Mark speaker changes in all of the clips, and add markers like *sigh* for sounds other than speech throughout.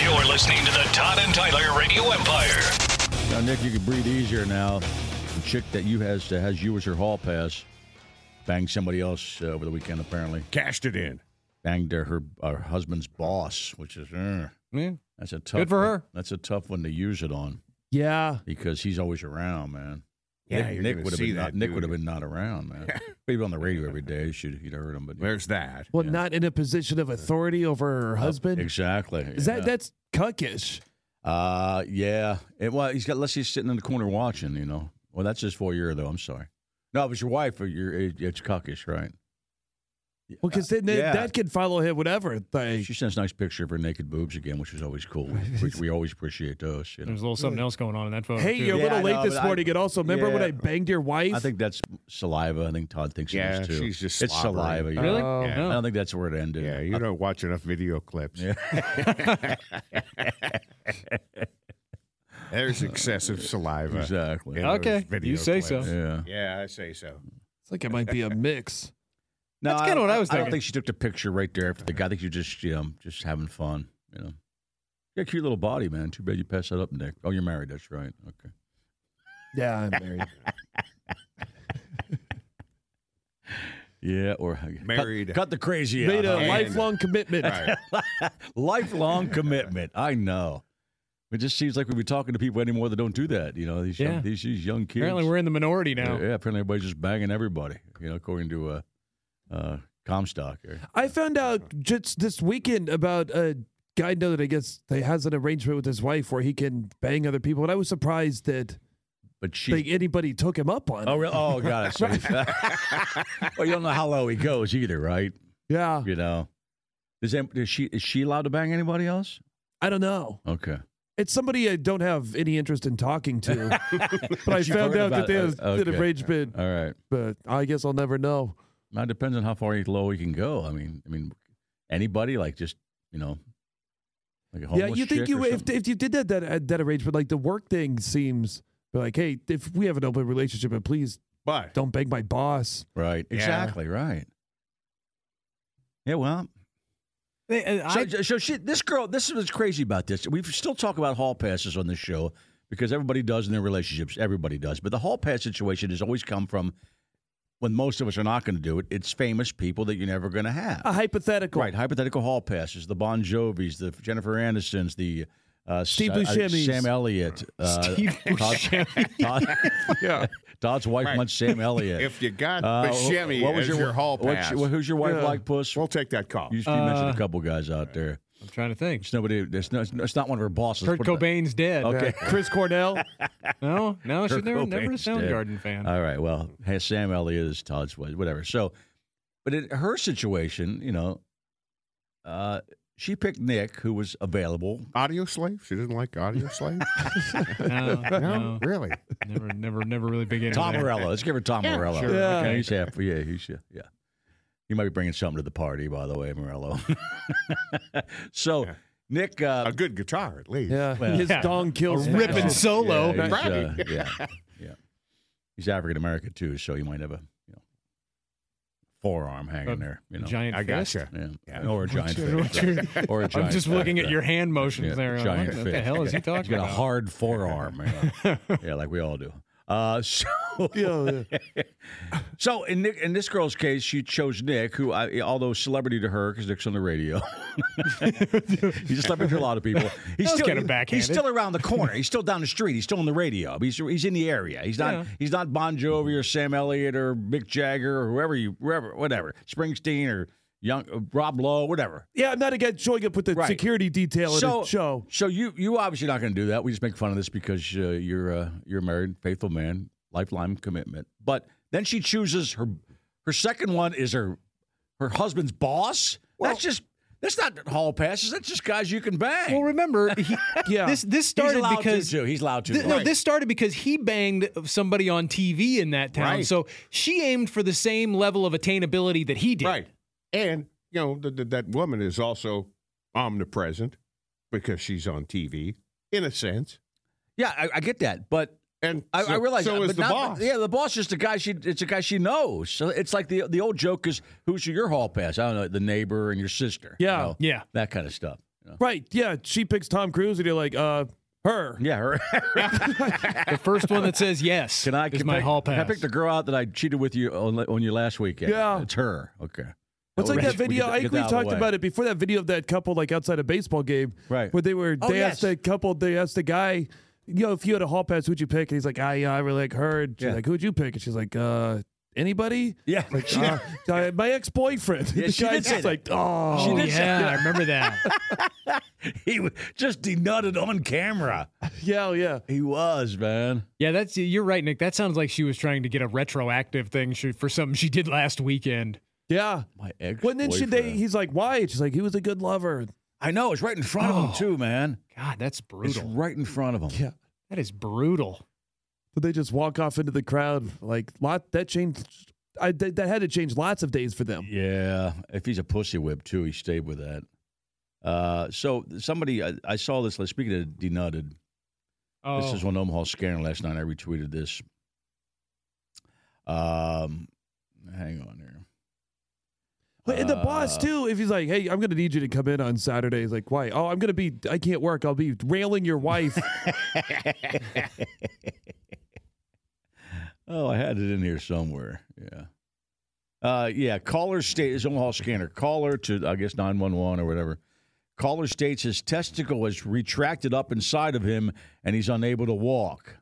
Speaker 1: You're listening to the Todd and Tyler Radio Empire.
Speaker 2: Now, Nick, you can breathe easier now. The chick that you has that has you as her hall pass banged somebody else uh, over the weekend. Apparently,
Speaker 3: cashed it in.
Speaker 2: banged her her, her husband's boss, which is uh,
Speaker 3: Yeah.
Speaker 2: that's a tough
Speaker 3: Good for
Speaker 2: one.
Speaker 3: her.
Speaker 2: That's a tough one to use it on
Speaker 3: Yeah.
Speaker 2: because he's always around, man.
Speaker 3: Yeah,
Speaker 2: Nick,
Speaker 3: you're
Speaker 2: Nick
Speaker 3: gonna
Speaker 2: would have
Speaker 3: see
Speaker 2: been not,
Speaker 3: that
Speaker 2: Nick
Speaker 3: dude.
Speaker 2: would have been not around, man.
Speaker 3: *laughs*
Speaker 2: Maybe on the radio every day, should you'd heard him, but
Speaker 3: There's that.
Speaker 4: Well, not in a position of authority over her husband.
Speaker 2: exactly.
Speaker 4: Is
Speaker 2: yeah.
Speaker 4: that that's cuckish?
Speaker 2: Uh, yeah. It, well, he's got Leslie's sitting in the corner watching. You know. Well, that's his four year though. I'm sorry. No, it was your wife. Or your it, it's cockish, right?
Speaker 4: Well, because then that-
Speaker 2: yeah.
Speaker 4: that can follow him whatever. Like,
Speaker 2: She sends a nice picture of her naked boobs again, which is always
Speaker 3: *laughs*
Speaker 2: cool. Which we always appreciate those. You know.
Speaker 5: There's a little something else going on in that photo.
Speaker 4: hey,
Speaker 5: too.
Speaker 4: you're
Speaker 2: Yeah,
Speaker 4: a little
Speaker 2: I
Speaker 4: late
Speaker 2: know,
Speaker 4: this
Speaker 2: but I-
Speaker 4: morning, and also remember when I
Speaker 2: yeah.
Speaker 4: banged your wife?
Speaker 2: I think that's saliva. I think Todd thinks
Speaker 3: Yeah,
Speaker 2: it is too.
Speaker 3: she's just
Speaker 2: it's
Speaker 3: slobbering.
Speaker 2: saliva. yeah.
Speaker 5: really?
Speaker 4: Oh.
Speaker 2: I
Speaker 5: Yeah.
Speaker 2: don't think that's where it ended.
Speaker 3: Yeah, you don't watch enough video clips. There's excessive
Speaker 2: *laughs*
Speaker 3: saliva.
Speaker 2: exactly.
Speaker 3: in those
Speaker 5: Okay, you
Speaker 3: video
Speaker 5: say so.
Speaker 3: clips.
Speaker 2: Yeah.
Speaker 3: Yeah, I say so.
Speaker 4: it's like it might be
Speaker 2: *laughs*
Speaker 4: a mix.
Speaker 2: No,
Speaker 5: That's kinda what I was
Speaker 2: I don't
Speaker 5: thinking.
Speaker 2: think she took the picture right there after the guy. I think you're just, you know, just having fun. You know, you got a cute little body, man. Too bad you passed that up, Nick. Oh, you're married. That's right. Okay.
Speaker 4: Yeah, I'm married.
Speaker 2: Yeah, or
Speaker 3: Married.
Speaker 2: Cut, cut the crazy
Speaker 4: Made a
Speaker 2: out. huh?
Speaker 4: lifelong commitment.
Speaker 3: Right.
Speaker 2: *laughs* lifelong commitment. I know. It just seems like we would be talking to people anymore that don't do that. You know, these
Speaker 5: Yeah.
Speaker 2: young, these, these young kids.
Speaker 5: *laughs* Apparently, we're in the minority now.
Speaker 2: Yeah, apparently everybody's just banging everybody. You know, according to uh, uh, Comstock. Here.
Speaker 4: I found out just this weekend about a guy I know that I guess they has an arrangement with his wife where he can bang other people, and I was surprised that
Speaker 2: But she.
Speaker 4: like, anybody took him up on.
Speaker 2: oh,
Speaker 4: it.
Speaker 2: really? Oh, God. So *laughs* well, you don't know how low he goes either, right?
Speaker 4: Yeah,
Speaker 2: You know. Is, em- is she is she allowed to bang anybody else?
Speaker 4: I don't know.
Speaker 2: Okay.
Speaker 4: It's somebody I don't have any interest in
Speaker 2: *laughs*
Speaker 4: talking to, but I
Speaker 2: you've
Speaker 4: found
Speaker 2: heard about
Speaker 4: out that they
Speaker 2: it.
Speaker 4: had an
Speaker 2: Okay.
Speaker 4: arrangement.
Speaker 2: All right.
Speaker 4: But I guess I'll never know.
Speaker 2: Now it depends on how far he- low he can go. I mean, I mean, anybody like just you know, like a homeless
Speaker 4: yeah, you think
Speaker 2: chick
Speaker 4: you
Speaker 2: or
Speaker 4: if,
Speaker 2: something?
Speaker 4: if you did that uh, that that arrangement like the work thing seems like hey if we have an open relationship and please
Speaker 3: But
Speaker 4: don't beg my boss.
Speaker 2: right?
Speaker 3: Yeah.
Speaker 2: Exactly right. Yeah, well,
Speaker 5: They- uh,
Speaker 2: so,
Speaker 5: I-
Speaker 2: so she, this girl, this is what's crazy about this. We still talk about hall passes on this show because everybody does in their relationships. Everybody does, but the hall pass situation has always come from when most of us are not going to do it. It's famous people that you're never going to have.
Speaker 4: A hypothetical. Uh,
Speaker 2: Right, hypothetical hall passes, the Bon Jovis, the Jennifer Aniston's, the uh,
Speaker 4: Steve
Speaker 2: Sa- uh,
Speaker 4: Buscemi's.
Speaker 2: Sam Elliott, uh,
Speaker 5: Steve
Speaker 2: Todd, Todd-
Speaker 3: *laughs* yeah,
Speaker 2: Todd's wife
Speaker 3: Right.
Speaker 2: wants Sam Elliott.
Speaker 3: if you got
Speaker 2: Uh,
Speaker 3: uh, Buscemi
Speaker 2: what was
Speaker 3: as your, hall
Speaker 2: what's
Speaker 3: pass,
Speaker 2: your- who's your wife
Speaker 4: Yeah.
Speaker 2: like, Puss?
Speaker 3: we'll take that call.
Speaker 2: you, you mentioned
Speaker 5: Uh,
Speaker 2: a couple guys out there.
Speaker 5: I'm trying to think.
Speaker 2: It's nobody. It's not, it's not one of her bosses.
Speaker 5: Kurt
Speaker 2: Put it that-
Speaker 5: Cobain's dead.
Speaker 2: Okay.
Speaker 4: Chris Cornell.
Speaker 5: No, no,
Speaker 2: *laughs*
Speaker 5: she's
Speaker 2: Kurt
Speaker 5: never, never a
Speaker 2: Cobain's dead.
Speaker 5: Soundgarden
Speaker 2: *laughs*
Speaker 5: fan.
Speaker 2: All right. Well, hey, Sam Elliott is Todd's wife, whatever. So, but in her situation, you know, uh, she picked Nick, who was available.
Speaker 3: audio slave? She doesn't like audio slave.
Speaker 5: no,
Speaker 3: no,
Speaker 5: no,
Speaker 3: really.
Speaker 5: never, never, never really big into
Speaker 2: Tom
Speaker 5: that.
Speaker 2: Morello. Let's give her Tom Morello.
Speaker 5: sure.
Speaker 2: Yeah.
Speaker 5: Okay.
Speaker 2: he's half. Yeah, he's yeah. He might be bringing something to the party, by the way, Morello. *laughs* so,
Speaker 3: Yeah.
Speaker 2: Nick, uh,
Speaker 3: A good guitar, at least.
Speaker 4: Yeah,
Speaker 2: Well,
Speaker 4: his
Speaker 5: yeah.
Speaker 4: dong kills.
Speaker 3: *laughs*
Speaker 5: A
Speaker 4: me.
Speaker 5: ripping
Speaker 4: Oh.
Speaker 5: solo.
Speaker 2: yeah, he's,
Speaker 3: Right.
Speaker 2: uh, yeah, yeah. He's African American too, so he might have a you know forearm hanging
Speaker 5: A
Speaker 2: there. You know,
Speaker 5: Giant
Speaker 3: I
Speaker 5: fist.
Speaker 3: gotcha.
Speaker 2: yeah.
Speaker 3: Yeah.
Speaker 2: or a giant
Speaker 5: What
Speaker 2: fist.
Speaker 5: you're-
Speaker 2: or a giant
Speaker 5: I'm just looking
Speaker 2: fist,
Speaker 5: at
Speaker 2: yeah.
Speaker 5: your hand motions
Speaker 2: Yeah,
Speaker 5: there. I'm
Speaker 2: giant
Speaker 5: like, what the
Speaker 2: fist.
Speaker 5: hell is
Speaker 2: *laughs*
Speaker 5: he
Speaker 2: He's
Speaker 5: talking
Speaker 2: got a
Speaker 5: about?
Speaker 2: hard forearm. Yeah,
Speaker 5: *laughs*
Speaker 2: yeah like we all do. Uh, *laughs* so
Speaker 4: *laughs* Yeah, yeah.
Speaker 2: So in Nick, in this girl's case, she chose Nick, who I, although celebrity to her because Nick's on the radio, *laughs* he's a celebrity to a lot of people. He's
Speaker 5: That was
Speaker 2: still
Speaker 5: kinda
Speaker 2: he-
Speaker 5: backhanded.
Speaker 2: He's still around the corner. He's still down the street. He's still on the radio. He's he's in the area. He's not
Speaker 5: Yeah.
Speaker 2: he's not Bon Jovi or Sam Elliott or Mick Jagger or whoever you wherever whatever Springsteen or young uh, Rob Lowe, whatever.
Speaker 4: Yeah, I'm not against showing up with the
Speaker 2: Right.
Speaker 4: security detail in a show.
Speaker 2: So you you obviously not going to do that. We just make fun of this because uh, you're uh, you're a married, faithful man, lifelong commitment. But then she chooses her her second one is her her husband's boss. that's just that's not hall passes. That's just guys you can bang.
Speaker 6: Well,
Speaker 2: *laughs*
Speaker 6: remember, he,
Speaker 4: Yeah.
Speaker 6: this this
Speaker 2: He's
Speaker 6: started
Speaker 2: allowed
Speaker 6: because
Speaker 2: to, too. he's allowed to.
Speaker 6: Th- no,
Speaker 2: Right.
Speaker 6: this started because he banged somebody on TV in that town.
Speaker 3: Right.
Speaker 6: So she aimed for the same level of attainability that he did.
Speaker 3: Right. And, you know, th- th- that woman is also omnipresent because she's on TV, in a sense.
Speaker 2: yeah, I, I get that, but.
Speaker 3: And
Speaker 2: I,
Speaker 3: so,
Speaker 2: I realize
Speaker 3: so
Speaker 2: that,
Speaker 3: is
Speaker 2: but
Speaker 3: the
Speaker 2: not-
Speaker 3: boss.
Speaker 2: Yeah, the boss is the guy she. It's a guy she knows. So it's like the the old joke is who's your hall pass? I don't know the neighbor and your sister. you
Speaker 4: Yeah.
Speaker 2: know,
Speaker 6: Yeah.
Speaker 2: that kind of stuff. you know.
Speaker 4: Right. Yeah. She picks Tom Cruise and you're like, uh, her.
Speaker 2: Yeah, her-
Speaker 6: The first one that
Speaker 2: *laughs*
Speaker 6: says yes
Speaker 2: Can I
Speaker 6: is
Speaker 2: can
Speaker 6: my
Speaker 2: pick-
Speaker 6: hall
Speaker 2: can
Speaker 6: pass.
Speaker 2: I picked the girl out that I cheated with you on, on you last weekend.
Speaker 4: Yeah.
Speaker 2: it's her. Okay. *laughs*
Speaker 4: It's like
Speaker 2: Right.
Speaker 4: that
Speaker 2: We
Speaker 4: video.
Speaker 2: get-
Speaker 4: I
Speaker 2: get that
Speaker 4: think we
Speaker 2: out of the
Speaker 4: talked
Speaker 2: way.
Speaker 4: about it before that video of that couple like outside a baseball game.
Speaker 2: Right.
Speaker 4: Where they were
Speaker 2: Oh,
Speaker 4: they
Speaker 2: yes.
Speaker 4: asked the couple, they asked the guy, you know, if you had a hall pass, who'd you pick? And he's like, I yeah, I really like her. And she's
Speaker 2: Yeah.
Speaker 4: like, Who'd you pick? And she's like, uh, anybody?
Speaker 2: *laughs* Yeah,
Speaker 4: Like, uh, uh, my ex boyfriend.
Speaker 2: Yeah,
Speaker 4: *laughs* the
Speaker 2: she did
Speaker 4: guy's
Speaker 2: say
Speaker 4: just
Speaker 2: that.
Speaker 4: like, oh,
Speaker 6: Oh, yeah, I remember that.
Speaker 2: he was just denutted on camera.
Speaker 4: yeah, yeah.
Speaker 2: He was man.
Speaker 5: *laughs* Yeah, that's you're right, Nick. That sounds like she was trying to get a retroactive thing she, for something she did last weekend.
Speaker 4: Yeah.
Speaker 2: My ex.
Speaker 4: Well, and then she, they, he's like, why? And she's like, he was a good lover. *laughs*
Speaker 2: I know it's right in front of him
Speaker 5: Oh.
Speaker 2: too, man.
Speaker 5: God, that's
Speaker 2: It's
Speaker 5: brutal.
Speaker 2: right in front of him.
Speaker 4: Yeah.
Speaker 5: That is brutal.
Speaker 4: But they just walk off into the crowd. Like, lot that changed. I, that, that had to change lots of days for them.
Speaker 2: Yeah, if he's a pussy whip too, he stayed with that. Uh, so somebody I, I saw this. Like, speaking of denutted,
Speaker 5: Oh,
Speaker 2: this is on Omaha Scanner last night. I retweeted this. Um, hang on here.
Speaker 4: But and the boss
Speaker 2: Uh,
Speaker 4: too, if he's like, "Hey, I'm going to need you to come in on Saturday," he's like, "Why? Oh, I'm going to be. I can't work. I'll be railing your wife."
Speaker 2: oh, I had it in here somewhere. Yeah. Uh, yeah. Caller states Omaha scanner. Caller to I guess nine one one or whatever. Caller states his testicle is retracted up inside of him and he's unable to walk.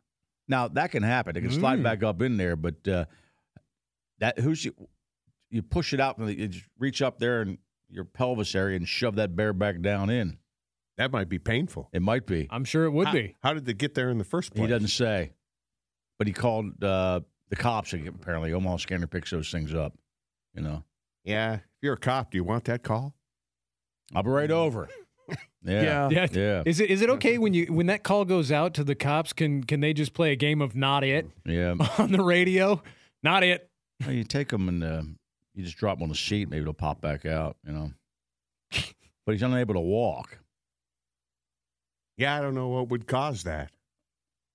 Speaker 2: Now that can happen. It can slide back up in there, but uh, that who's you, you push it out and you just reach up there and your pelvis area and shove that bear back down in.
Speaker 3: that might be painful.
Speaker 2: It might be.
Speaker 5: I'm sure it would
Speaker 3: how,
Speaker 5: be.
Speaker 3: How did they get there in the first place?
Speaker 2: He doesn't say, but he called uh, the cops. Apparently, Omaha Scanner picks those things up. You know,
Speaker 3: Yeah. If you're a cop, do you want that call?
Speaker 2: I'll be right over. *laughs* Yeah,
Speaker 4: Yeah.
Speaker 5: Yeah.
Speaker 2: yeah,
Speaker 5: Is it is it okay when you when that call goes out to the cops? Can can they just play a game of not it *laughs*
Speaker 2: yeah.
Speaker 5: on the radio? Not it.
Speaker 2: Well, you take them and uh, you just drop them on the seat. Maybe they'll pop back out. You know, but he's unable to walk.
Speaker 3: Yeah, I don't know what would cause that.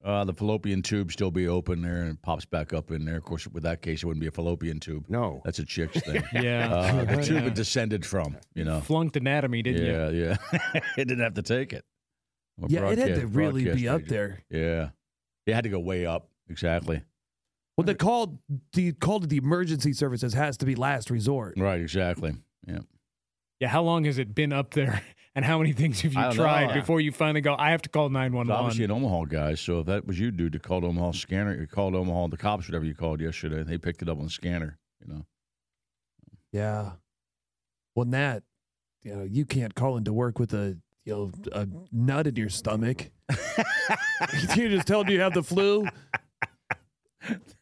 Speaker 2: Uh, the fallopian tube still be open there and it pops back up in there. Of course, with that case, it wouldn't be a fallopian tube.
Speaker 3: No.
Speaker 2: That's a chick's thing.
Speaker 5: *laughs* Yeah.
Speaker 2: *laughs* Uh, the tube
Speaker 5: Yeah.
Speaker 2: it descended from. You know.
Speaker 5: *laughs* Flunked anatomy, didn't you?
Speaker 2: yeah, yeah. *laughs* it didn't have to take it. I'm a
Speaker 4: yeah, it had to
Speaker 2: broadcast-
Speaker 4: really be
Speaker 2: broadcast
Speaker 4: up
Speaker 2: agent.
Speaker 4: there.
Speaker 2: Yeah. It had to go way up. Exactly.
Speaker 4: Well, the call, the call to the emergency services has to be last resort.
Speaker 2: Right, exactly. Yeah.
Speaker 5: Yeah, how long has it been up there? *laughs* And how many things have
Speaker 2: I
Speaker 5: you
Speaker 2: don't
Speaker 5: tried
Speaker 2: know.
Speaker 5: before you finally go, I have to call
Speaker 2: So obviously
Speaker 5: 911?
Speaker 2: an Omaha guy, so if that was you, dude, that called Omaha scanner, you called Omaha the cops, whatever you called yesterday, they picked it up on the scanner, you
Speaker 5: *laughs*
Speaker 2: know.
Speaker 4: Yeah. Well, Nat, you know, you can't call into work with a you know a nut in
Speaker 2: *laughs*
Speaker 4: your stomach. *laughs* you just tell them you have the flu.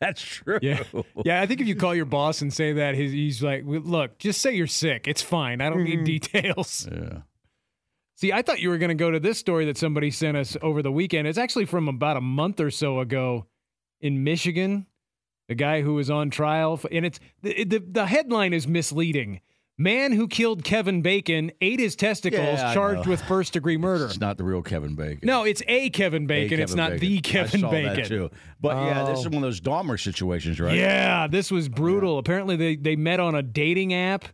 Speaker 2: That's true. *laughs*
Speaker 5: Yeah. Yeah, I think if you call your boss and say that, his, he's like, "Well, look, just say you're sick. It's fine. I don't
Speaker 2: Mm-hmm.
Speaker 5: need details.
Speaker 2: Yeah.
Speaker 5: See, I thought you were going to go to this story that somebody sent us over the weekend. It's actually from about a month or so ago in Michigan. The guy who was on trial, for, and it's the, the the headline is misleading. Man who killed Kevin Bacon ate his testicles,
Speaker 2: Yeah, I
Speaker 5: charged
Speaker 2: know.
Speaker 5: with first degree
Speaker 2: *laughs*
Speaker 5: murder.
Speaker 2: It's not the real Kevin Bacon.
Speaker 5: No, it's a Kevin
Speaker 2: A
Speaker 5: Bacon. it's
Speaker 2: Kevin
Speaker 5: not
Speaker 2: Bacon.
Speaker 5: the Kevin
Speaker 2: I saw
Speaker 5: Bacon.
Speaker 2: That too. But yeah, this is
Speaker 4: Oh.
Speaker 2: one of those Dahmer situations, right? Oh,
Speaker 5: Yeah, this was brutal. Apparently, they, they met on a dating app,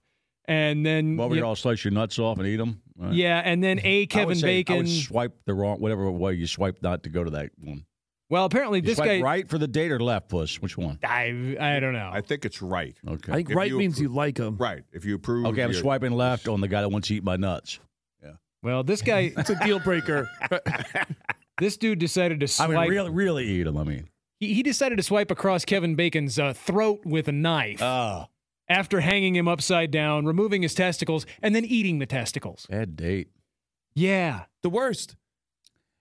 Speaker 5: and then
Speaker 2: Well, we all slice your nuts off and eat them.
Speaker 5: yeah, and then
Speaker 2: *laughs*
Speaker 5: a
Speaker 2: I would
Speaker 5: Kevin
Speaker 2: say- I
Speaker 5: Bacon.
Speaker 2: would swipe the wrong, whatever way you swipe not to go to that one.
Speaker 5: well, apparently
Speaker 2: You
Speaker 5: this
Speaker 2: swipe
Speaker 5: guy.
Speaker 2: right for the date or left, puss? Which one?
Speaker 5: I I don't know.
Speaker 3: I think it's right.
Speaker 2: Okay.
Speaker 4: I think
Speaker 3: If
Speaker 4: right
Speaker 3: you
Speaker 4: means you like them.
Speaker 3: Right. If you approve.
Speaker 2: Okay, I'm
Speaker 3: your-
Speaker 2: swiping left on the guy that wants to eat my nuts.
Speaker 5: well,
Speaker 2: *laughs*
Speaker 5: this guy,
Speaker 4: It's a deal breaker.
Speaker 5: this dude decided to
Speaker 2: I
Speaker 5: swipe.
Speaker 2: mean, really, really eat them. I mean,
Speaker 5: he, he decided to swipe across Kevin Bacon's uh, throat with a knife.
Speaker 2: oh,
Speaker 5: after hanging him upside down, removing his testicles, and then eating the testicles.
Speaker 2: Bad date.
Speaker 5: Yeah.
Speaker 2: *laughs*
Speaker 4: The worst.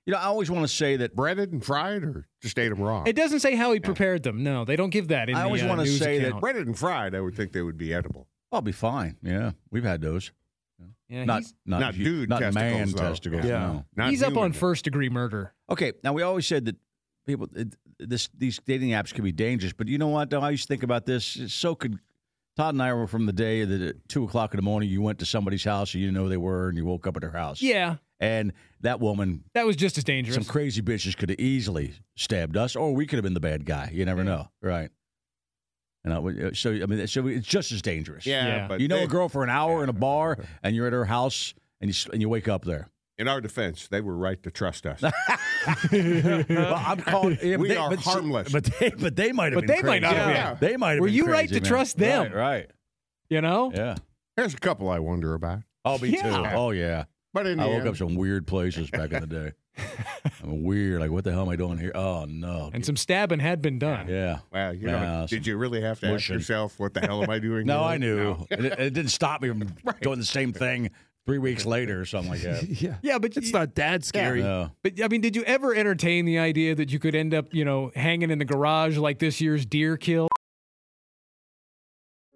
Speaker 2: You know, I always want to say that.
Speaker 3: Breaded and fried, or just ate them raw?
Speaker 5: It doesn't say how he prepared them. No, they don't give that. In
Speaker 2: I
Speaker 5: the,
Speaker 2: always
Speaker 5: uh,
Speaker 2: wanna
Speaker 5: news
Speaker 2: say that
Speaker 5: account.
Speaker 3: Breaded and fried, I would think they would be edible.
Speaker 2: I'll be fine. Yeah, we've had those.
Speaker 5: Yeah,
Speaker 2: Not
Speaker 5: he's,
Speaker 2: not
Speaker 3: Not
Speaker 2: hu-
Speaker 3: dude
Speaker 2: not
Speaker 3: testicles,
Speaker 2: man
Speaker 3: though.
Speaker 2: testicles.
Speaker 4: Yeah.
Speaker 2: No.
Speaker 3: Not
Speaker 5: he's up
Speaker 3: human.
Speaker 5: on first degree murder.
Speaker 2: Okay, now we always said that people it, this these dating apps can be dangerous, but you know what? Though I used to think about this. So could Todd and I were from the day that at two o'clock in the morning you went to somebody's house, or you didn't know who they were, and you woke up at their house.
Speaker 5: Yeah,
Speaker 2: and that woman,
Speaker 5: that was just as dangerous.
Speaker 2: some crazy bitches could have easily stabbed us, or we could have been the bad guy. You never know, right? And I, would- uh, so I mean, so it's just as dangerous.
Speaker 3: Yeah,
Speaker 5: Yeah.
Speaker 3: but
Speaker 2: you know
Speaker 3: they-
Speaker 2: a girl for an hour in a
Speaker 3: *laughs*
Speaker 2: bar, and you're at her house, and you s- and you wake up there.
Speaker 3: In our defense, they were right to
Speaker 2: *laughs*
Speaker 3: trust us.
Speaker 4: *laughs*
Speaker 2: Well, I'm calling. yeah,
Speaker 3: *laughs* We
Speaker 2: they-
Speaker 3: are
Speaker 2: but see-
Speaker 3: harmless.
Speaker 2: but they, but they might have.
Speaker 5: But
Speaker 2: been
Speaker 5: they might not
Speaker 2: crazy.
Speaker 3: have Yeah.
Speaker 2: They might. Have
Speaker 5: Were
Speaker 2: been
Speaker 5: you right
Speaker 2: crazy,
Speaker 5: to
Speaker 2: man.
Speaker 5: trust them?
Speaker 2: Right. right.
Speaker 5: you know,
Speaker 2: Yeah.
Speaker 3: There's a couple I wonder about.
Speaker 2: I'll be
Speaker 5: Yeah.
Speaker 2: too. Oh yeah.
Speaker 3: But in
Speaker 2: I
Speaker 3: the
Speaker 2: woke
Speaker 3: end,
Speaker 2: up some weird places back in the
Speaker 5: *laughs*
Speaker 2: day. I'm weird. Like what the hell am I doing here? Oh no.
Speaker 5: and some stabbing had been done.
Speaker 2: yeah.
Speaker 3: wow, you
Speaker 2: Yeah,
Speaker 3: know, did you really have to ask
Speaker 2: wishing.
Speaker 3: yourself, what the hell am I
Speaker 2: *laughs*
Speaker 3: doing?
Speaker 2: No,
Speaker 3: here?
Speaker 2: I knew.
Speaker 3: No.
Speaker 2: It, it didn't stop me *laughs* from doing the same thing three weeks later or something like *laughs* that.
Speaker 4: Yeah.
Speaker 5: Yeah, but
Speaker 4: It's
Speaker 5: you-
Speaker 4: not that scary.
Speaker 2: No.
Speaker 5: But I mean, did you ever entertain the idea that you could end up, you know, hanging in the garage like this year's deer kill?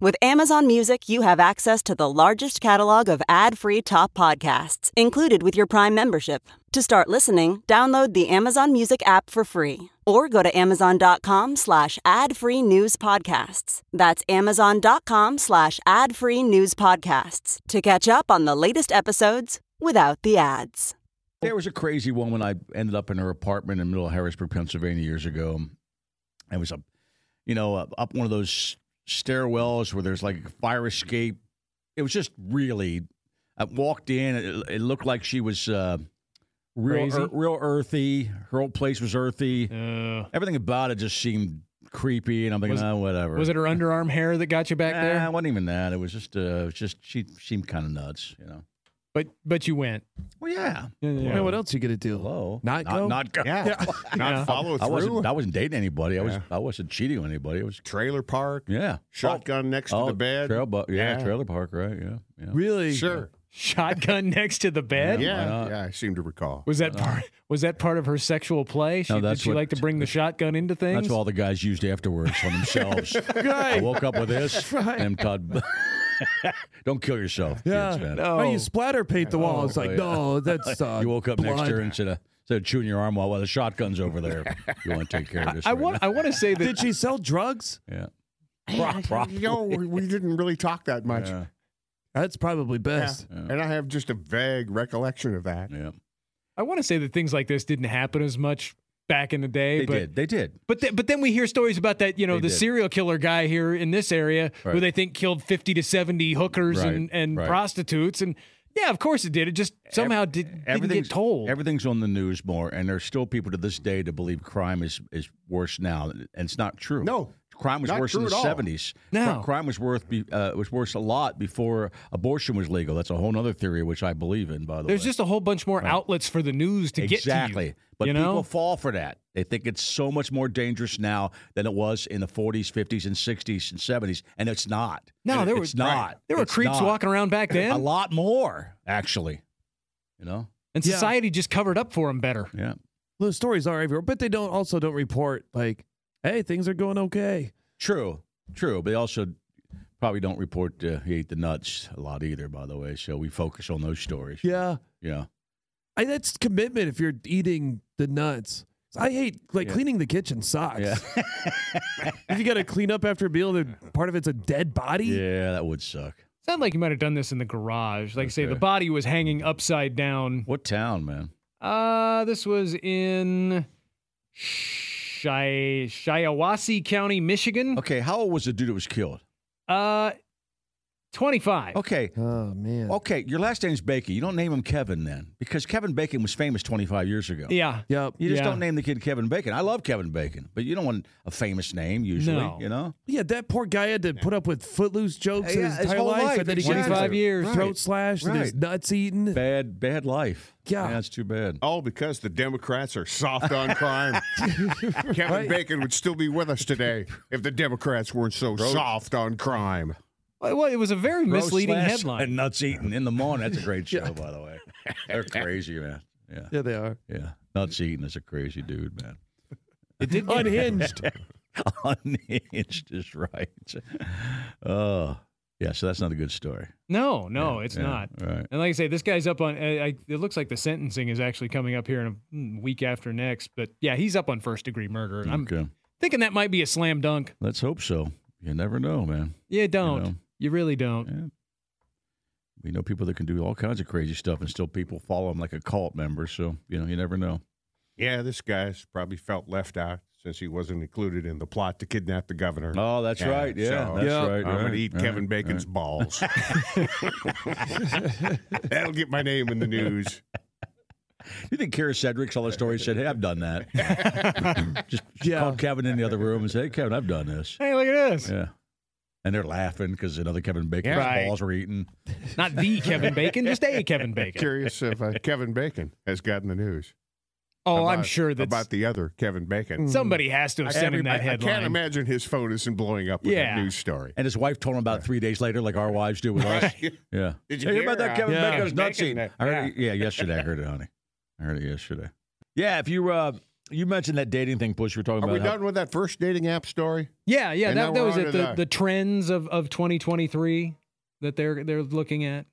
Speaker 7: With Amazon Music, you have access to the largest catalog of ad free top podcasts included with your Prime membership. To start listening, download the Amazon Music app for free or go to amazon.com slash ad free news podcasts. That's amazon.com slash ad free news podcasts to catch up on the latest episodes without the ads.
Speaker 2: There was a crazy woman. I ended up in her apartment in middle of Harrisburg, Pennsylvania, years ago. It was up, you know, up- up one of those stairwells where there's like a fire escape. It was just really. I walked in. It, it looked like she was uh, real,
Speaker 5: Crazy?
Speaker 2: ear- real earthy. Her whole place was earthy.
Speaker 5: Uh,
Speaker 2: Everything about it just seemed creepy, and I'm thinking,
Speaker 5: Was-
Speaker 2: oh, whatever.
Speaker 5: was it her underarm hair that got you back
Speaker 2: Nah,
Speaker 5: there?
Speaker 2: it wasn't even that. It was just, uh, it was just she seemed kind of nuts, you know.
Speaker 5: But but you went.
Speaker 2: Well, yeah.
Speaker 4: Man, what else you gonna do?
Speaker 2: Hello.
Speaker 4: Not go?
Speaker 2: Not go.
Speaker 3: Yeah.
Speaker 2: *laughs*
Speaker 4: *laughs*
Speaker 3: Not
Speaker 5: Yeah.
Speaker 3: follow
Speaker 2: I
Speaker 3: through.
Speaker 2: wasn't. I wasn't dating anybody. I was.
Speaker 3: Yeah.
Speaker 2: I wasn't cheating on anybody. It was.
Speaker 3: Trailer park,
Speaker 2: Yeah.
Speaker 3: shotgun next
Speaker 2: Oh,
Speaker 3: to the bed.
Speaker 2: Trail bu- yeah,
Speaker 3: Yeah.
Speaker 2: Trailer park. Right. Yeah. Yeah.
Speaker 4: Really?
Speaker 3: Sure.
Speaker 5: Shotgun next to the
Speaker 3: Yeah.
Speaker 5: bed.
Speaker 3: Yeah.
Speaker 2: not?
Speaker 3: I seem to recall.
Speaker 5: Was that part? Was that part of her sexual play? She,
Speaker 2: Uh. No,
Speaker 5: did
Speaker 2: that's
Speaker 5: she
Speaker 2: what-
Speaker 5: like to bring the shotgun into things?
Speaker 2: That's what all the guys used afterwards on themselves. I woke up with this.
Speaker 4: Right.
Speaker 2: And Todd, *laughs* don't kill yourself.
Speaker 4: Yeah.
Speaker 2: kids, man.
Speaker 4: Oh, you splatter paint the wall. It's like,
Speaker 2: yeah.
Speaker 4: no, that's uh,
Speaker 2: *laughs* You woke up next
Speaker 4: blood.
Speaker 2: to her and said, uh, instead of chewing your arm while well, the shotgun's over there, you want to take care of this.
Speaker 5: I
Speaker 2: right
Speaker 5: want. I want to say
Speaker 4: *laughs*
Speaker 5: that
Speaker 4: Did she sell drugs?
Speaker 2: now." Yeah. Pro-
Speaker 3: *laughs* You
Speaker 2: probably.
Speaker 3: know, we we didn't really talk that much.
Speaker 2: Yeah.
Speaker 4: That's probably best.
Speaker 2: Yeah.
Speaker 3: And I have just a vague recollection of that.
Speaker 2: Yeah.
Speaker 5: I want to say that things like this didn't happen as much back in the day.
Speaker 2: They
Speaker 5: but
Speaker 2: did. They did.
Speaker 5: But th- but then we hear stories about that, you know,
Speaker 2: They
Speaker 5: the
Speaker 2: did.
Speaker 5: serial killer guy here in this area who
Speaker 2: Right.
Speaker 5: they think killed 50 to 70 hookers
Speaker 2: Right,
Speaker 5: and, and
Speaker 2: right.
Speaker 5: prostitutes. And yeah, of course it did. It just somehow did, didn't get
Speaker 2: everything's-
Speaker 5: told.
Speaker 2: Everything's on the news more, and there's still people to this day to believe crime is is worse now, and it's not true.
Speaker 3: No,
Speaker 2: crime was
Speaker 3: not
Speaker 2: worse in
Speaker 3: true
Speaker 2: the
Speaker 3: at all.
Speaker 2: seventies.
Speaker 5: No.
Speaker 2: crime was worth be, uh, was worse a lot before abortion was legal. That's a whole other theory, which I believe in. By the
Speaker 5: There's
Speaker 2: way,
Speaker 5: just a whole bunch more outlets for the news to
Speaker 2: exactly.
Speaker 5: get to you.
Speaker 2: But
Speaker 5: you know?
Speaker 2: people fall for that. They think it's so much more dangerous now than it was in the 40s, 50s, and 60s and 70s, and it's not.
Speaker 5: no, there
Speaker 2: it's
Speaker 5: were
Speaker 2: not.
Speaker 5: There were
Speaker 2: It's
Speaker 5: creeps
Speaker 2: not.
Speaker 5: walking around back
Speaker 2: A
Speaker 5: then,
Speaker 2: lot more, actually. You know.
Speaker 5: and
Speaker 4: Yeah.
Speaker 5: society just covered up for them better.
Speaker 2: Yeah.
Speaker 4: Those stories are everywhere, but they don't also don't report like, hey, things are going okay.
Speaker 2: True, true. But they also probably don't report uh, he ate the nuts a lot either. By the way, so we focus on those stories.
Speaker 4: Yeah,
Speaker 2: Yeah.
Speaker 4: I, that's commitment. If you're eating the nuts, I hate like cleaning the kitchen sucks. *laughs* if you got to clean up after a meal, then part of it's a dead body.
Speaker 2: yeah, that would suck.
Speaker 5: Sound like you might have done this in the garage. Like I say,
Speaker 2: Okay.
Speaker 5: the body was hanging upside down.
Speaker 2: What town, man?
Speaker 5: Uh, this was in Shi- Shiawassee County, Michigan.
Speaker 2: Okay, how old was the dude that was killed?
Speaker 5: Uh, 25.
Speaker 2: Okay.
Speaker 4: Oh man.
Speaker 2: Okay, your last name's Bacon. You don't name him Kevin then, because Kevin Bacon was famous 25 years ago.
Speaker 5: Yeah.
Speaker 4: Yep.
Speaker 2: You just
Speaker 5: Yeah.
Speaker 2: don't name the kid Kevin Bacon. I love Kevin Bacon, but you don't want a famous name usually.
Speaker 5: No.
Speaker 2: You know.
Speaker 4: Yeah, that poor guy had to put up with footloose jokes
Speaker 2: Yeah,
Speaker 4: his
Speaker 2: his
Speaker 4: entire
Speaker 2: whole
Speaker 4: life,
Speaker 2: life,
Speaker 4: and then he gets
Speaker 5: 25
Speaker 4: his
Speaker 5: years.
Speaker 4: throat slashed, and his
Speaker 2: Right.
Speaker 4: nuts eaten.
Speaker 2: Bad, bad life.
Speaker 4: Yeah.
Speaker 2: that's too bad.
Speaker 3: All because the Democrats are soft on
Speaker 2: *laughs*
Speaker 3: crime. Kevin Bacon would still be with us today if the Democrats weren't so soft on crime.
Speaker 5: Well, it was a very
Speaker 2: Gross
Speaker 5: misleading
Speaker 2: slash
Speaker 5: headline.
Speaker 2: And *laughs* nuts eaten in the morning. That's a
Speaker 5: *laughs*
Speaker 2: great show, by the way. They're crazy, man. Yeah,
Speaker 4: Yeah, they are
Speaker 2: yeah. Nuts eaten is a crazy dude, man. *laughs*
Speaker 5: It did get-
Speaker 4: *laughs* unhinged.
Speaker 2: Unhinged is right. Oh, yeah. So that's not a good story.
Speaker 5: No, no, it's
Speaker 2: Yeah,
Speaker 5: not.
Speaker 2: Right.
Speaker 5: And like I say, this guy's up on. I, I, it looks like the sentencing is actually coming up here in a mm, week after next. But yeah, he's up on first degree murder. And I'm
Speaker 2: Okay.
Speaker 5: thinking that might be a slam dunk.
Speaker 2: Let's hope so. You never know, man.
Speaker 5: Yeah, don't. You,
Speaker 2: know.
Speaker 5: really don't.
Speaker 2: Yeah. We know people that can do all kinds of crazy stuff, and still people follow them like a cult member. So you know, you never know.
Speaker 3: Yeah, this guy's probably felt left out since he wasn't included in the plot to kidnap the governor.
Speaker 2: Oh, that's
Speaker 3: Yeah,
Speaker 2: right. Yeah,
Speaker 3: so
Speaker 2: that's
Speaker 4: Yeah.
Speaker 2: right.
Speaker 3: I'm going
Speaker 2: right,
Speaker 3: to eat
Speaker 2: right,
Speaker 3: Kevin
Speaker 2: right.
Speaker 3: Bacon's balls. That'll get my name in the news.
Speaker 2: *laughs* You think Kara Cedric saw the story and said, "Hey, I've done
Speaker 3: *laughs*
Speaker 2: that." just she
Speaker 4: Yeah.
Speaker 2: called Kevin in the other room and said, "Hey, Kevin, I've done this."
Speaker 5: Hey, look at this.
Speaker 2: Yeah, and they're laughing because another Kevin Bacon's
Speaker 5: Right.
Speaker 2: balls were eaten.
Speaker 5: Not the Kevin Bacon, just a Kevin
Speaker 3: *laughs*
Speaker 5: Bacon.
Speaker 3: Curious if uh, Kevin Bacon has gotten the news.
Speaker 5: Oh, I'm
Speaker 3: about-
Speaker 5: sure that
Speaker 3: about the other Kevin
Speaker 2: Mm.
Speaker 3: Bacon.
Speaker 5: somebody has to have sent him
Speaker 3: Everybody-
Speaker 5: that headline.
Speaker 3: I can't imagine his phone isn't blowing up with
Speaker 5: Yeah.
Speaker 3: a
Speaker 2: *laughs*
Speaker 3: news story.
Speaker 2: And his wife told him about three days later, like our wives do with us. Yeah.
Speaker 3: Did you
Speaker 2: Hey,
Speaker 3: hear
Speaker 2: about that
Speaker 3: uh,
Speaker 2: Kevin
Speaker 4: Yeah.
Speaker 2: Bacon's nuts
Speaker 3: Bacon?
Speaker 2: eating? I heard it, yeah, yesterday. I heard it, honey. I heard it yesterday. Yeah, if you uh, you mentioned that dating thing, Bush. You were talking
Speaker 3: Are we
Speaker 2: about. how-
Speaker 3: done with that first dating app story?
Speaker 5: Yeah, yeah,
Speaker 3: And now
Speaker 5: that, that
Speaker 3: we're
Speaker 5: was
Speaker 3: on
Speaker 5: it.
Speaker 3: to
Speaker 5: The,
Speaker 3: that.
Speaker 5: the trends of, of 2023 that they're they're looking at.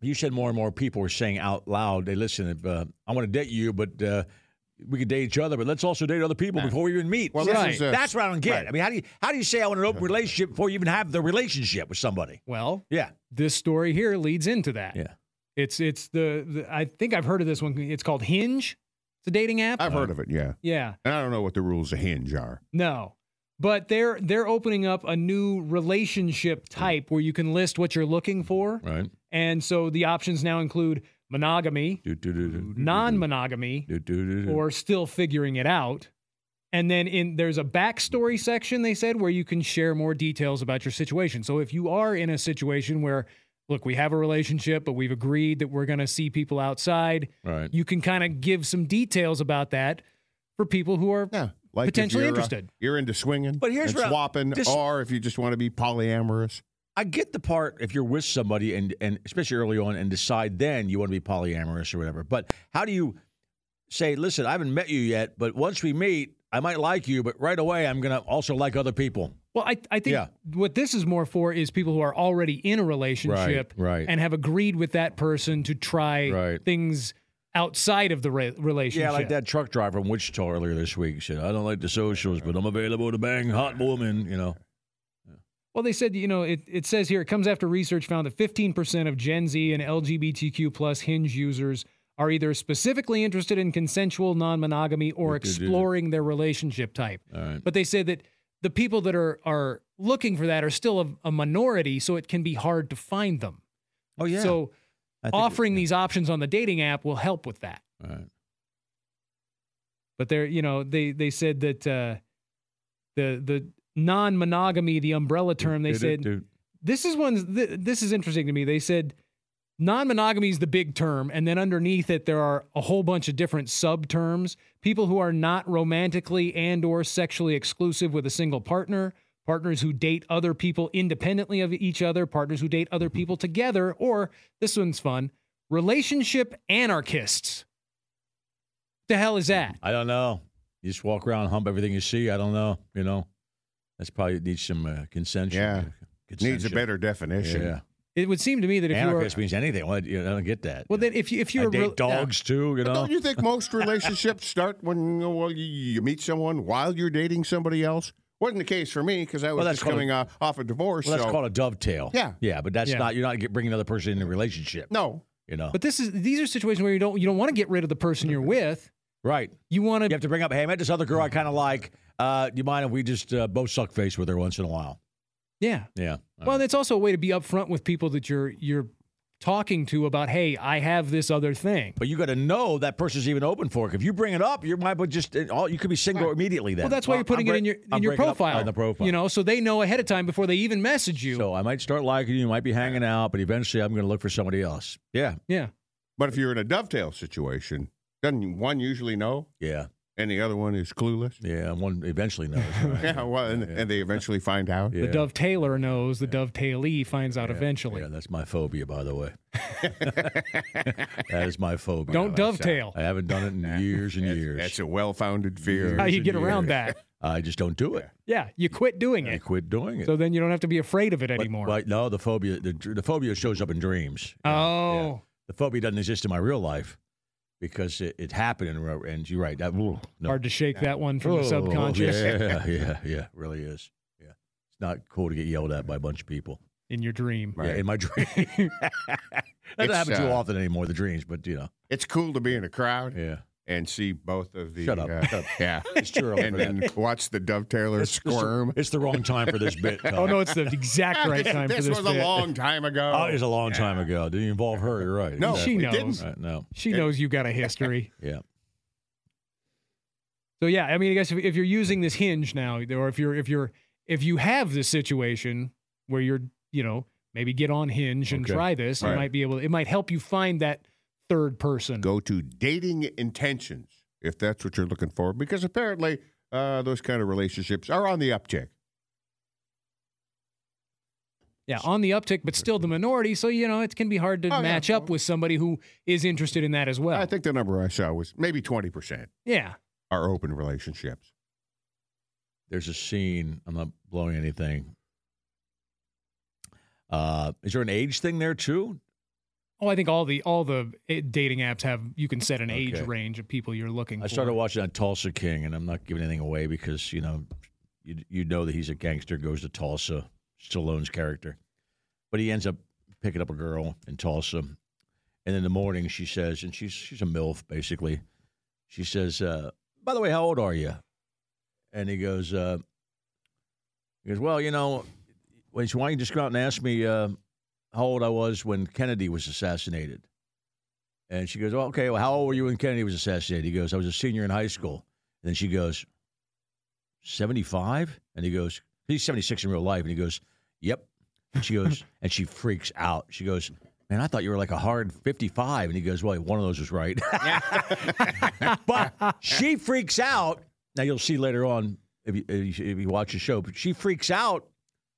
Speaker 2: you said more and more people were saying out loud, "Hey, listen, if, uh, I want to date you, but uh, we could date each other, but let's also date other people before we even meet."
Speaker 3: Well,
Speaker 2: So
Speaker 3: this
Speaker 2: that's-
Speaker 3: is a-
Speaker 2: that's what I don't get.
Speaker 3: right.
Speaker 2: I mean, how do you how do you say I want an open relationship before you even have the relationship with somebody?
Speaker 5: Well,
Speaker 2: Yeah,
Speaker 5: this story here leads into that.
Speaker 2: yeah.
Speaker 5: It's it's the, the I think I've heard of this one. It's called Hinge. It's a dating app.
Speaker 3: I've heard of it, yeah.
Speaker 5: yeah.
Speaker 3: And I don't know what the rules of Hinge are.
Speaker 5: No. But they're they're opening up a new relationship type where you can list what you're looking for.
Speaker 2: Right.
Speaker 5: And so the options now include monogamy,
Speaker 2: Do, do, do, do,
Speaker 3: Mm-hmm.
Speaker 5: non-monogamy,
Speaker 2: do, do, do, do.
Speaker 5: or still figuring it out. And then in there's a backstory section they said where you can share more details about your situation. So if you are in a situation where look, we have a relationship but we've agreed that we're going to see people outside,
Speaker 2: right.
Speaker 5: you can kind of give some details about that for people who are
Speaker 3: Yeah. Like if
Speaker 5: Potentially
Speaker 3: you're, uh,
Speaker 5: interested.
Speaker 3: you're into swinging
Speaker 2: But here's
Speaker 3: and
Speaker 2: what I-
Speaker 3: swapping,
Speaker 2: this-
Speaker 3: or if you just want to be polyamorous.
Speaker 2: I get the part if you're with somebody and and especially early on and decide then you want to be polyamorous or whatever. But how do you say, listen, I haven't met you yet, but once we meet, I might like you, but right away I'm gonna also like other people.
Speaker 5: Well, I, I think
Speaker 2: Yeah.
Speaker 5: what this is more for is people who are already in a relationship
Speaker 2: right.
Speaker 5: and have agreed with that person to try
Speaker 2: Right.
Speaker 5: things outside of the re- relationship.
Speaker 2: Yeah, like that truck driver in Wichita earlier this week said, I don't like the socials, but I'm available to bang hot woman, you know.
Speaker 5: Well, they said, you know, it, it says here it comes after research found that 15% of Gen Z and LGBTQ plus hinge users are either specifically interested in consensual non monogamy or exploring their relationship type. But they say that the people that are, are looking for that are still a, a minority, so it can be hard to find them.
Speaker 2: Oh yeah.
Speaker 5: So
Speaker 2: I think it-
Speaker 5: offering these options on the dating app will help with that.
Speaker 2: Right.
Speaker 5: But they're, you know, they they said that uh, the the non-monogamy, the umbrella term, they said this is one. Th- this is interesting to me. They said non-monogamy is the big term, and then underneath it there are a whole bunch of different sub-terms. People who are not romantically and or sexually exclusive with a single partner, partners who date other people independently of each other, partners who date
Speaker 2: Mm-hmm.
Speaker 5: other people together, or this one's fun, relationship anarchists. The hell is that?
Speaker 2: I don't know. You just walk around, hump everything you see. I don't know. You know, that's probably needs some uh, consensual.
Speaker 3: Yeah. Needs a
Speaker 2: Consensual.
Speaker 3: better definition.
Speaker 2: Yeah.
Speaker 5: It would seem to me that if you're
Speaker 2: Anarchist means anything. Well, I, you know, I don't get that.
Speaker 5: well, then if you if
Speaker 2: I
Speaker 5: you're a
Speaker 2: date
Speaker 5: rel- yeah.
Speaker 2: dogs too. You
Speaker 3: But
Speaker 2: know.
Speaker 3: don't you think
Speaker 2: *laughs*
Speaker 3: most relationships start when you, know, well, you- you meet someone while you're dating somebody else? Wasn't the case for me because I was
Speaker 2: Well, that's
Speaker 3: just
Speaker 2: called a-
Speaker 3: coming uh, off a divorce.
Speaker 2: well, that's
Speaker 3: so-
Speaker 2: called a dovetail.
Speaker 3: Yeah.
Speaker 2: Yeah, but that's
Speaker 5: Yeah.
Speaker 2: not. You're not get- bringing another person in a relationship.
Speaker 3: no.
Speaker 2: You know.
Speaker 5: But this is these are situations where you don't you don't want to get rid of the
Speaker 2: *laughs*
Speaker 5: person you're with.
Speaker 2: right.
Speaker 5: You want
Speaker 2: You
Speaker 5: to
Speaker 2: have to bring up. Hey, I met this other girl I kind of like. Uh, do you mind if we just uh, both suck face with her once in a while?
Speaker 5: Yeah.
Speaker 2: Yeah.
Speaker 5: Well, it's also a way to be upfront with people that you're you're talking to about, hey, I have this other thing.
Speaker 2: But you got to know that person's even open for it. If you bring it up, you might be just all you could be single immediately. Then
Speaker 5: Well, that's why you're putting
Speaker 2: I'm
Speaker 5: it in
Speaker 2: bre-
Speaker 5: your in
Speaker 2: I'm
Speaker 5: your
Speaker 2: breaking up
Speaker 5: profile,
Speaker 2: on the profile.
Speaker 5: You know, so they know ahead of time before they even message you.
Speaker 2: so I might start liking you, might be hanging out, but eventually I'm going to look for somebody else. Yeah,
Speaker 5: yeah.
Speaker 3: But if you're in a dovetail situation, doesn't one usually know?
Speaker 2: Yeah.
Speaker 3: And the other one is
Speaker 2: *laughs*
Speaker 3: clueless?
Speaker 2: Yeah, one eventually knows.
Speaker 5: *laughs*
Speaker 3: yeah, well, and, and they eventually find out.
Speaker 5: The dovetailer knows, the dovetailee finds out eventually.
Speaker 2: Yeah, that's my phobia, by
Speaker 5: *laughs*
Speaker 2: the way. that is my phobia.
Speaker 5: Don't dovetail.
Speaker 2: I haven't done it in years and years.
Speaker 3: That's a well founded fear.
Speaker 5: How you
Speaker 2: and
Speaker 5: get around
Speaker 2: years.
Speaker 5: that.
Speaker 2: *laughs* I just don't do it.
Speaker 5: Yeah, you quit doing
Speaker 2: I
Speaker 5: it.
Speaker 2: quit doing it.
Speaker 5: So then you don't have to be afraid of it anymore.
Speaker 2: But no, the phobia the, the phobia shows up in dreams.
Speaker 5: oh.
Speaker 2: The phobia doesn't exist in my real life because it, it happened in, real- and you're right. That, ooh, no.
Speaker 5: Hard to shake that one from
Speaker 2: Oh,
Speaker 5: the subconscious
Speaker 2: Yeah,
Speaker 5: *laughs*
Speaker 2: yeah, yeah. Really is. Yeah. It's not cool to get yelled at by a bunch of people.
Speaker 5: in your dream.
Speaker 2: Yeah, in my dream. *laughs* that doesn't
Speaker 3: It's,
Speaker 2: happen too
Speaker 3: uh,
Speaker 2: often anymore, the dreams, but you know.
Speaker 3: It's cool to be in a crowd
Speaker 2: Yeah.
Speaker 3: and see both of the.
Speaker 2: Shut up.
Speaker 3: uh,
Speaker 2: Shut up.
Speaker 3: Yeah.
Speaker 2: It's too early
Speaker 3: *laughs* and
Speaker 2: for that.
Speaker 3: then watch the dovetailer
Speaker 2: It's- it's the-
Speaker 3: squirm. Ah,
Speaker 2: It's the wrong time for
Speaker 3: *laughs*
Speaker 2: this bit. Tom.
Speaker 5: Oh no, it's the
Speaker 2: *laughs*
Speaker 5: exact right time
Speaker 3: this
Speaker 5: for this.
Speaker 3: was a
Speaker 5: bit.
Speaker 3: long time ago.
Speaker 2: Oh, it was a long time ago. Didn't involve her. You're right.
Speaker 3: No,
Speaker 5: She
Speaker 3: it
Speaker 5: knows.
Speaker 3: didn't.
Speaker 2: Right, no.
Speaker 5: She knows you got a history.
Speaker 2: *laughs* Yeah.
Speaker 5: So yeah, I mean, I guess if, if you're using this hinge now, or if you're if you're if you have this situation where you're you know maybe get on hinge and
Speaker 2: Okay.
Speaker 5: try this,
Speaker 2: Right.
Speaker 5: it might be able. It might help you find that third person.
Speaker 3: Go to dating intentions if that's what you're looking for, because apparently uh, those kind of relationships are on the uptick.
Speaker 5: Yeah, on the uptick, but still the minority. So you know it can be hard to
Speaker 3: Oh, yeah.
Speaker 5: match up with somebody who is interested in that as well.
Speaker 3: I think the number I saw was maybe 20%
Speaker 5: yeah.
Speaker 3: are open relationships.
Speaker 2: There's a scene. I'm not blowing anything. Uh, is there an age thing there too?
Speaker 5: Oh, I think all the all the eh, dating apps have you can set an age
Speaker 2: Okay.
Speaker 5: range of people you're looking
Speaker 2: I
Speaker 5: for.
Speaker 2: started watching on Tulsa King, and I'm not giving anything away because you know, you you know that he's a gangster, goes to Tulsa, Stallone's character, but he ends up picking up a girl in Tulsa, and in the morning she says, and she's she's a milf basically. She says, uh, "By the way, how old are you?" And he goes, uh, "He goes, well, you know, why don't you just go out and ask me uh, how old I was when Kennedy was assassinated?" And she goes, well, okay, well, how old were you when Kennedy was assassinated? He goes, I was a senior in high school. And then she goes, 75? And he goes, he's 76 in real life. And he goes, yep. And she goes, and she freaks out. She goes, man, I thought you were like a hard 55. And he goes, well, one of those was right. *laughs* but she freaks out. Now, you'll see later on if you, if you if you watch the show, but she freaks out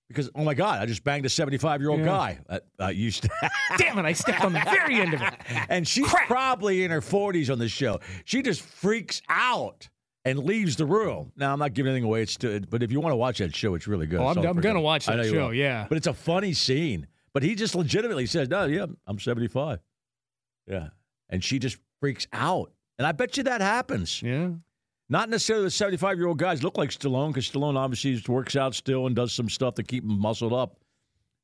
Speaker 2: because, oh my God, I just banged a 75 year old
Speaker 5: Yeah.
Speaker 2: guy. I, I used to.
Speaker 5: Damn it! I stepped on the very end of
Speaker 2: *laughs*
Speaker 5: it.
Speaker 2: and she's probably in her 40s on this show. She just freaks out and leaves the room. Now, I'm not giving anything away. It's still, but if you want to watch that show, it's really good.
Speaker 5: Oh, I'm-
Speaker 2: It's all
Speaker 5: I'm
Speaker 2: freaking-
Speaker 5: gonna watch
Speaker 2: I
Speaker 5: that
Speaker 2: know you
Speaker 5: show,
Speaker 2: will.
Speaker 5: yeah.
Speaker 2: but it's a funny scene. But he just legitimately says, "No, yeah, I'm 75." Yeah, and she just freaks out. And I bet you that happens.
Speaker 5: Yeah.
Speaker 2: Not necessarily the 75 year old guys look like Stallone because Stallone obviously works out still and does some stuff to keep him muscled up,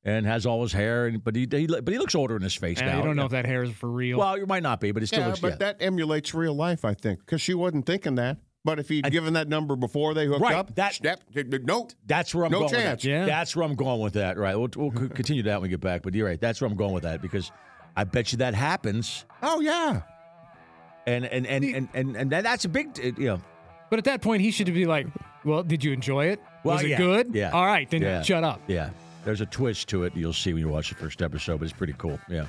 Speaker 2: and has all his hair. And but he, he but he looks older in his face
Speaker 5: And
Speaker 2: now.
Speaker 5: I don't know if that hair is for real.
Speaker 2: Well, it might not be, but it still
Speaker 3: Yeah,
Speaker 2: looks.
Speaker 3: but
Speaker 2: yeah.
Speaker 3: that emulates real life, I think, because she wasn't thinking that. But if he'd given that number before they hooked
Speaker 2: Right,
Speaker 3: up,
Speaker 2: that-
Speaker 3: step, nope.
Speaker 2: That's where I'm
Speaker 3: No
Speaker 2: going with
Speaker 3: chance.
Speaker 2: that.
Speaker 5: Yeah.
Speaker 2: That's where I'm going with that. Right. We'll, we'll c- continue that when we get back. But you're right. That's where I'm going with that because I bet you that happens.
Speaker 3: Oh yeah,
Speaker 2: And and and and and, and that- that's a big. uh, You know.
Speaker 5: But at that point, he should be like, "Well, did you enjoy it?
Speaker 2: Well,
Speaker 5: Was it
Speaker 2: yeah,
Speaker 5: good?
Speaker 2: Yeah.
Speaker 5: All right, then
Speaker 2: yeah,
Speaker 5: shut up.
Speaker 2: Yeah. There's a twist to it. You'll see when you watch the first episode, but it's pretty cool. Yeah.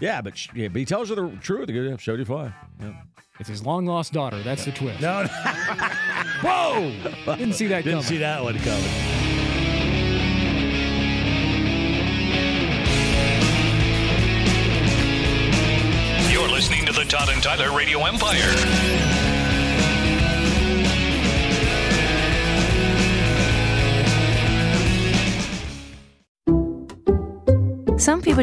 Speaker 2: Yeah, but sh- yeah, but he tells her the truth. He goes, "Yeah, 75. Yeah.
Speaker 5: It's his long lost daughter. That's the twist.
Speaker 2: No, no. *laughs*
Speaker 5: Whoa! Didn't see that
Speaker 2: Didn't
Speaker 5: coming.
Speaker 2: see that one coming.
Speaker 1: You're listening to the Todd and Tyler Radio Empire.
Speaker 8: Some people